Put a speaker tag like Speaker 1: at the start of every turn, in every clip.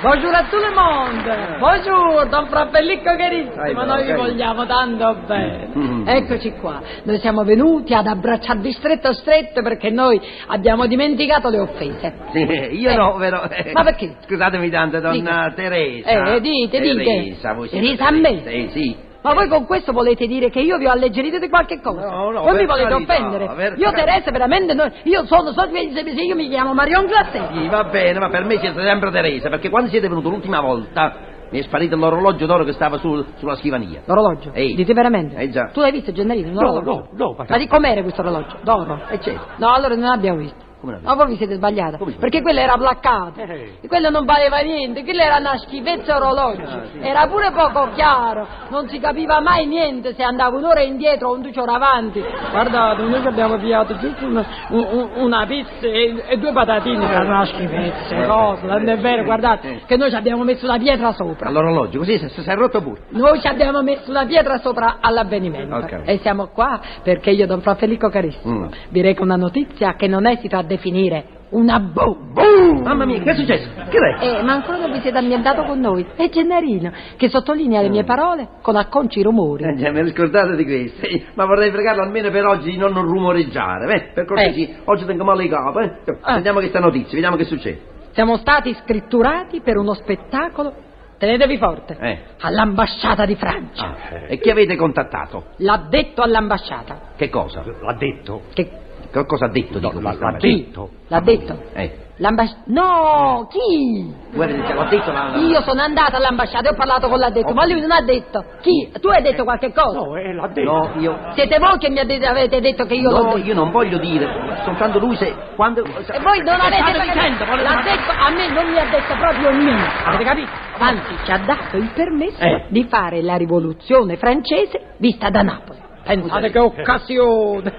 Speaker 1: Buongiorno a tutto il mondo! Buongiorno, don Frappellicco
Speaker 2: Eh. Dai,
Speaker 1: carissimo,
Speaker 2: però,
Speaker 1: noi vi
Speaker 2: dai.
Speaker 1: vogliamo tanto bene.
Speaker 2: Mm.
Speaker 1: Eccoci qua, noi siamo venuti ad abbracciarvi stretto stretto perché noi abbiamo dimenticato le offese.
Speaker 2: Eh, Io
Speaker 1: Eh.
Speaker 2: no, però. eh,
Speaker 1: Ma perché?
Speaker 2: Scusatemi tanto, donna
Speaker 1: Dica.
Speaker 2: Teresa.
Speaker 1: Eh, dite, dite.
Speaker 2: Teresa, voi siete
Speaker 1: Teresa a me?
Speaker 2: Eh, sì.
Speaker 1: Ma voi con questo volete dire che io vi ho alleggerito di qualche cosa?
Speaker 2: No, no,
Speaker 1: Voi mi
Speaker 2: per
Speaker 1: volete
Speaker 2: carità,
Speaker 1: offendere?
Speaker 2: per
Speaker 1: Io
Speaker 2: carità.
Speaker 1: Teresa veramente, no- io sono, sono io mi chiamo Marion Glassè.
Speaker 2: Sì, va bene, ma per me siete sempre Teresa, perché quando siete venuti l'ultima volta mi è sparito l'orologio d'oro che stava sul- sulla scrivania.
Speaker 1: L'orologio?
Speaker 2: Ehi.
Speaker 1: Dite veramente?
Speaker 2: Eh, già.
Speaker 1: Tu l'hai visto, Gennarino? un
Speaker 2: No,
Speaker 1: orologio?
Speaker 2: no, no, ma-
Speaker 1: Ma di com'era questo orologio? D'oro?
Speaker 2: E certo.
Speaker 1: No, allora non l'abbiamo visto.
Speaker 2: Come l'avete
Speaker 1: Ma voi vi siete sbagliati,
Speaker 2: Come sbagliati?
Speaker 1: perché quello era placcato,
Speaker 2: Eh.
Speaker 1: e quello non valeva niente, quello era una schifezza orologio,
Speaker 2: Ah,
Speaker 1: era pure poco chiaro, non si capiva mai niente se andava un'ora indietro o un ora avanti. Guardate, noi ci abbiamo pigliato giusto una, un- un- una pizza e, e due patatine, era una schifezza,
Speaker 2: Eh.
Speaker 1: cosa, non è vero,
Speaker 2: Eh.
Speaker 1: guardate,
Speaker 2: Eh.
Speaker 1: che noi ci abbiamo messo la pietra sopra.
Speaker 2: All'orologio, così si si è rotto pure.
Speaker 1: Noi ci abbiamo messo la pietra sopra all'avvenimento
Speaker 2: Ho capito.
Speaker 1: e siamo qua perché io, don Francelico Carissimo,
Speaker 2: Mm.
Speaker 1: vi reco una notizia che non esito a definire una bomba.
Speaker 2: Boom! Mamma mia, che è successo? Che è?
Speaker 1: Eh, ma ancora non vi siete ambientato con noi. È Gennarino che sottolinea le mie parole con acconci rumori.
Speaker 2: Mm. Eh, già, mi ero scordato di questo, eh, ma vorrei pregarlo almeno per oggi di non rumoreggiare. Beh, per cortesia,
Speaker 1: Eh.
Speaker 2: oggi tengo male i capo, eh.
Speaker 1: Ah.
Speaker 2: Sentiamo che sta notizia, vediamo che succede.
Speaker 1: Siamo stati scritturati per uno spettacolo, tenetevi forte,
Speaker 2: Eh.
Speaker 1: all'ambasciata di Francia.
Speaker 2: Ah, e chi avete contattato?
Speaker 1: L'ha detto all'ambasciata.
Speaker 2: Che cosa?
Speaker 3: L'ha detto.
Speaker 1: Che...
Speaker 2: Che cosa ha detto?
Speaker 3: No,
Speaker 2: dico,
Speaker 3: l'ha-
Speaker 2: questa
Speaker 3: l'ha
Speaker 2: mattina?
Speaker 3: detto.
Speaker 1: L'ha detto.
Speaker 2: Eh,
Speaker 1: L'ambasciata... No, chi?
Speaker 2: guarda, dice, l'ha detto la... la-
Speaker 1: Io sono andata all'ambasciata e ho parlato con l'addetto, ma lui non ha detto. Chi? Tu hai detto qualche cosa?
Speaker 3: No, eh, l'ha detto.
Speaker 2: No, io...
Speaker 1: Siete voi che mi avete- avete detto che io l'ho
Speaker 2: No,
Speaker 1: detto.
Speaker 2: io non voglio dire, soltanto lui se... Quando...
Speaker 1: E voi non avete
Speaker 2: State dicendo, volete-
Speaker 1: L'ha detto, a me non mi ha detto proprio niente. Avete capito? Anzi, ci ha dato il permesso
Speaker 2: Eh.
Speaker 1: di fare la rivoluzione francese vista da Napoli. Pensate che occasione!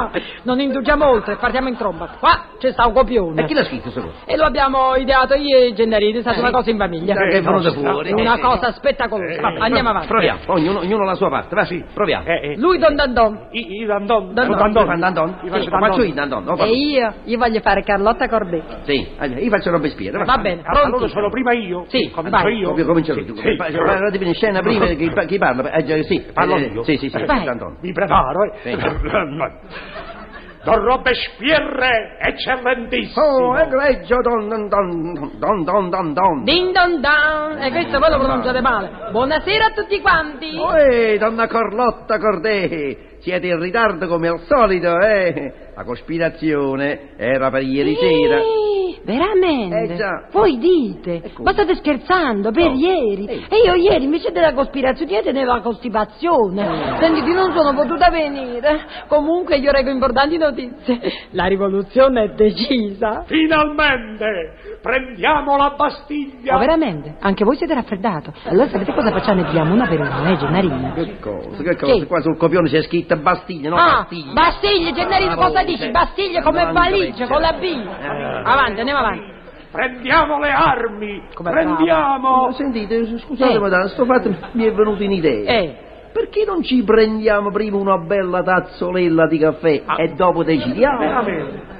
Speaker 1: non indugiamo oltre, partiamo in tromba. Qua c'è sta un copione.
Speaker 2: E chi l'ha scritto, secondo
Speaker 1: E lo abbiamo ideato io e Gennarino, è stata una cosa in famiglia.
Speaker 2: Che è venuto fuori.
Speaker 1: È una
Speaker 2: Eh,
Speaker 1: cosa spettacolosa. Va, andiamo avanti.
Speaker 2: Proviamo, ognuno, ognuno la sua parte, va, sì, proviamo.
Speaker 3: Eh, eh.
Speaker 1: Lui Don Dandon
Speaker 3: I, i Dandon.
Speaker 1: Dandon.
Speaker 2: Io faccio Danton?
Speaker 3: Io faccio
Speaker 2: Lo faccio io Danton,
Speaker 3: Dandon.
Speaker 2: lo
Speaker 1: e
Speaker 2: faccio.
Speaker 1: io, io voglio fare Carlotta Corbetti.
Speaker 2: Sì, allora, io faccio Robespierre.
Speaker 1: Va bene,
Speaker 3: Ah, Allora
Speaker 1: pronti?
Speaker 3: sono prima io?
Speaker 1: Sì,
Speaker 3: comincio
Speaker 1: vai.
Speaker 3: io.
Speaker 2: Proprio comincia lui,
Speaker 3: Sì,
Speaker 2: tu.
Speaker 3: sì.
Speaker 2: Guardate bene in scena prima che chi, chi parla. Eh, già, sì,
Speaker 3: Parlo
Speaker 2: eh,
Speaker 3: io.
Speaker 2: Sì, sì, sì,
Speaker 1: Vai.
Speaker 2: Danton.
Speaker 3: Mi preparo, eh.
Speaker 2: Sì.
Speaker 3: Don Robespierre, eccellentissimo.
Speaker 2: Oh, egregio don don don don don don don.
Speaker 1: Ding don dan! E questo voi lo pronunciate male. Buonasera a tutti quanti!
Speaker 2: Oi, donna Carlotta Cordè, siete in ritardo come al solito, eh? La cospirazione era per ieri sera.
Speaker 1: Ehi, veramente?
Speaker 2: Eh, già.
Speaker 1: Voi dite,
Speaker 2: E come?
Speaker 1: ma state scherzando, per
Speaker 2: No.
Speaker 1: ieri.
Speaker 2: Ehi.
Speaker 1: E io ieri invece della cospirazione, io tenevo la
Speaker 2: Eh.
Speaker 1: costipazione. Sentiti, non sono potuta venire. Comunque io reggo importanti notizie. La rivoluzione è decisa.
Speaker 3: Finalmente! Prendiamo la Bastiglia.
Speaker 1: Ma
Speaker 2: Oh,
Speaker 1: Oh, veramente? Anche voi siete raffreddato. Allora sapete cosa facciamo? Ne diamo una per una, eh, Gennarino?
Speaker 2: Che cosa, che cosa?
Speaker 1: Sì.
Speaker 2: Qua sul copione c'è scritta Bastiglia, no
Speaker 1: ah,
Speaker 2: Bastiglia.
Speaker 1: Bastiglia, Gennarino, cosa
Speaker 2: Parole.
Speaker 1: dici? Bastiglia come
Speaker 2: Andando
Speaker 1: valigia,
Speaker 2: leggera.
Speaker 1: con la B.
Speaker 2: Eh.
Speaker 1: Avanti, andiamo avanti.
Speaker 3: Prendiamo le armi.
Speaker 1: Come
Speaker 2: Oh,
Speaker 3: Prendiamo.
Speaker 2: sentite, scusate,
Speaker 1: Mm. Eh.
Speaker 2: madame, sto fatto mi è venuto in idea.
Speaker 1: Eh.
Speaker 2: Perché non ci prendiamo prima una bella tazzolella di caffè
Speaker 1: Ah.
Speaker 2: e dopo decidiamo?
Speaker 3: Veramente.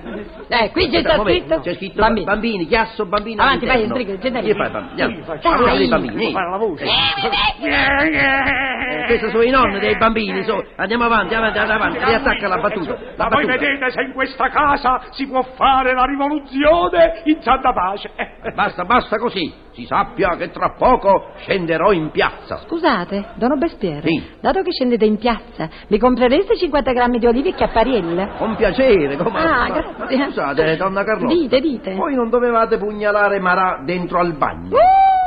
Speaker 1: Eh, qui c'è
Speaker 2: Aspetta,
Speaker 1: già
Speaker 2: un momento,
Speaker 1: scritto.
Speaker 2: C'è scritto
Speaker 1: Bambini.
Speaker 2: bambini, chiasso bambini.
Speaker 1: Avanti, vai,
Speaker 2: all'interno.
Speaker 1: Enrico, Gennaro.
Speaker 2: Chi fa i bambini?
Speaker 3: Sì,
Speaker 2: Andiamo.
Speaker 3: facciamo.
Speaker 2: Allora,
Speaker 1: Dai.
Speaker 2: dei bambini.
Speaker 3: Fare la voce.
Speaker 2: Eh, Questi sono i nonni dei
Speaker 3: eh,
Speaker 2: bambini. so- Andiamo avanti, avanti, avanti. Riattacca la battuta. La
Speaker 3: Ma voi
Speaker 2: battuta.
Speaker 3: vedete se in questa casa si può fare la rivoluzione in santa pace.
Speaker 2: Basta, basta così. Si sappia che tra poco scenderò in piazza.
Speaker 1: Scusate, Don Robespierre,
Speaker 2: Sì.
Speaker 1: dato che scendete in piazza, mi comprereste 50 grammi di olive e chiapparielle?
Speaker 2: Con piacere, come
Speaker 1: Ah,
Speaker 2: ma-
Speaker 1: grazie.
Speaker 2: ma Scusate, donna Carlotta.
Speaker 1: Dite, dite.
Speaker 2: Voi non dovevate pugnalare Marà dentro al bagno.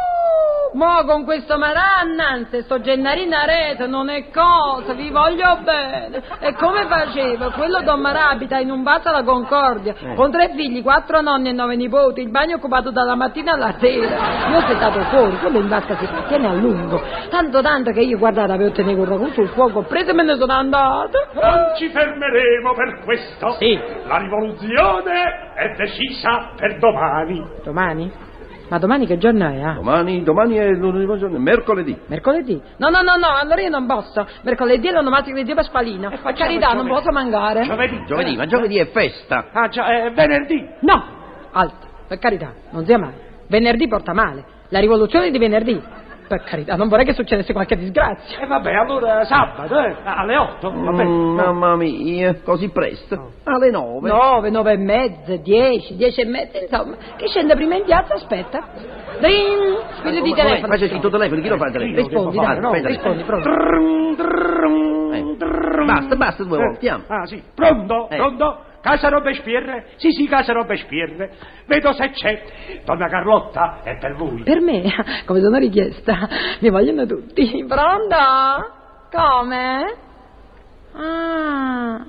Speaker 1: Uh, mo con questo marannante, sto Gennarina Rete non è cosa, vi voglio bene. E come faceva? Quello Don Marabita in un vaso alla Concordia,
Speaker 2: Eh.
Speaker 1: con tre figli, quattro nonni e nove nipoti, il bagno occupato dalla mattina alla sera. Io ho aspettato fuori, quello in vasca si tiene a lungo. Tanto tanto che io, guardate, avevo tenuto un ragù sul fuoco, ho preso e me ne sono andata.
Speaker 3: Non ci fermeremo per questo.
Speaker 1: Sì.
Speaker 3: La rivoluzione è decisa per domani.
Speaker 1: Domani? Ma domani che giorno è? Ah?
Speaker 2: Domani, domani è l'ultimo giorno, è mercoledì.
Speaker 1: Mercoledì? No, no, no, no, allora io non posso. Mercoledì è l'onomatica di Dio Pasqualina. Per
Speaker 3: facciamo
Speaker 1: carità, non
Speaker 3: giovedì.
Speaker 1: posso mancare.
Speaker 3: Giovedì.
Speaker 2: Giovedì, ma giovedì è festa.
Speaker 3: Ah, già, è venerdì.
Speaker 1: No, alto, per carità, non sia mai. Venerdì porta male. La rivoluzione di venerdì. Per carità, non vorrei che succedesse qualche disgrazia.
Speaker 3: E vabbè, allora sabato, eh, alle 8, vabbè.
Speaker 2: Mm, mamma mia, così presto? Alle nove?
Speaker 1: 9, 9 e mezza, 10, 10 e mezza, insomma. Chi scende prima in piazza aspetta. Dring, quello di
Speaker 2: Eh, Come- com'è?
Speaker 1: telefono.
Speaker 2: Ma c'è scritto telefono, chi lo fa il telefono?
Speaker 1: Rispondi, dai, no,
Speaker 2: Aspetta.
Speaker 1: rispondi, pronto.
Speaker 3: Trrrm, trrrm,
Speaker 2: Eh.
Speaker 3: trrrm.
Speaker 2: Basta, basta due
Speaker 3: Eh.
Speaker 2: volte, andiamo.
Speaker 3: Ah, sì. Pronto,
Speaker 2: Eh.
Speaker 3: pronto. Casa Robespierre? Sì, sì, casa Robespierre. Vedo se c'è. Donna Carlotta, è per voi.
Speaker 1: Per me, come sono richiesta, mi vogliono tutti. Pronto? Come? Ah,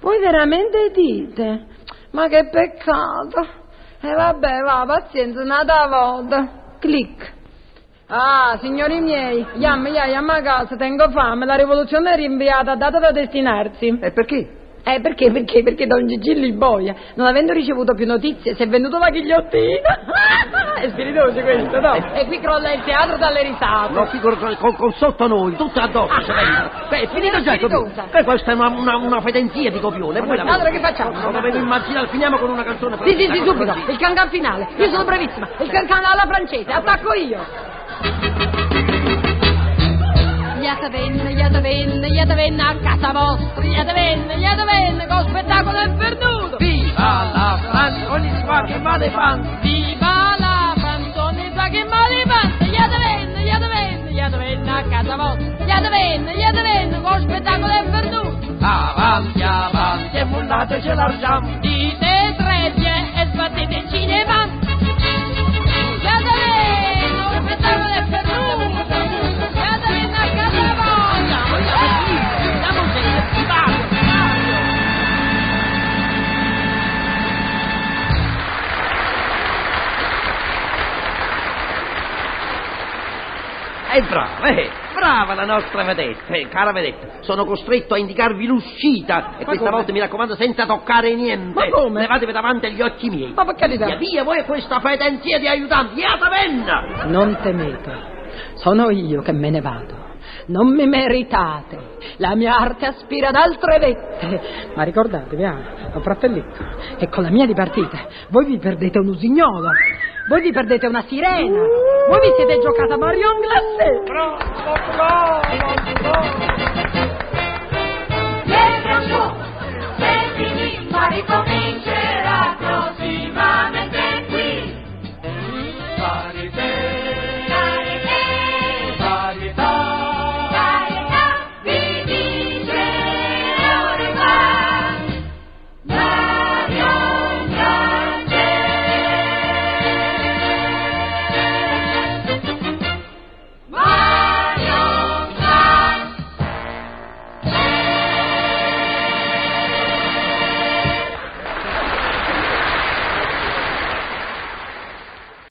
Speaker 1: voi veramente dite? Ma che peccato. E vabbè, va, pazienza, un'altra volta. Clic. Ah, signori miei, yam, yam, yam a casa, tengo fame, la rivoluzione è rinviata, data da destinarsi.
Speaker 2: E perché?
Speaker 1: Eh, perché? Perché? Perché Don Gigillo il boia, non avendo ricevuto più notizie, si è venduto la ghigliottina. È spiritoso questo, no? E qui crolla il teatro dalle risate.
Speaker 2: No, figura con, con- con sotto noi, tutto addosso, se vedi. Beh, è finito già il copione.
Speaker 1: Spiritosa.
Speaker 2: Eh, questa è una, una, una fedenzia di copione. Poi la-
Speaker 1: Allora che facciamo?
Speaker 2: Non avevo immaginato, finiamo con una canzone.
Speaker 1: Sì, sì, sì,
Speaker 2: francese,
Speaker 1: subito.
Speaker 2: così.
Speaker 1: Il cancan finale. Io sono bravissima. Il cancan alla francese. Attacco io. Iataven, Iataven, Iataven a casa vostra. Iataven, Iataven, con spettacolo infernuto.
Speaker 2: Viva la Francia, ogni squadra che va dei fan.
Speaker 1: Viva la panzonetta che malivante, Iataven, Iataven, Iataven a casa vostra. Iataven, Iataven, con spettacolo infernuto.
Speaker 2: Avanti, avanti, e mollateci l'argiamo.
Speaker 1: Dite tregge e sbattete il cinema. Iataven, con spettacolo infernuto. Iataven a casa Eh! vostra.
Speaker 2: E brava, eh, brava la nostra vedetta, eh, cara vedetta. Sono costretto a indicarvi l'uscita e questa
Speaker 1: come?
Speaker 2: volta mi raccomando senza toccare niente.
Speaker 1: Ma come?
Speaker 2: Levatevi davanti agli occhi miei.
Speaker 1: Ma per carità.
Speaker 2: Via, via voi e questa fedenzia di aiutanti, Iatavenna!
Speaker 1: Non temete, sono io che me ne vado. Non mi meritate, la mia arte aspira ad altre vette. Ma ricordatevi, ah, ho fratelletto, che con la mia dipartita voi vi perdete un usignolo, voi vi perdete una sirena, voi vi siete giocata Marion Glacé.
Speaker 3: Bravo, bravo, bravo.
Speaker 4: Sempre un po', se finì, ma ricomincerà prossimamente qui. Carità, carità, carità, vi vincerà ormai. Mario Grande. Mario Grande.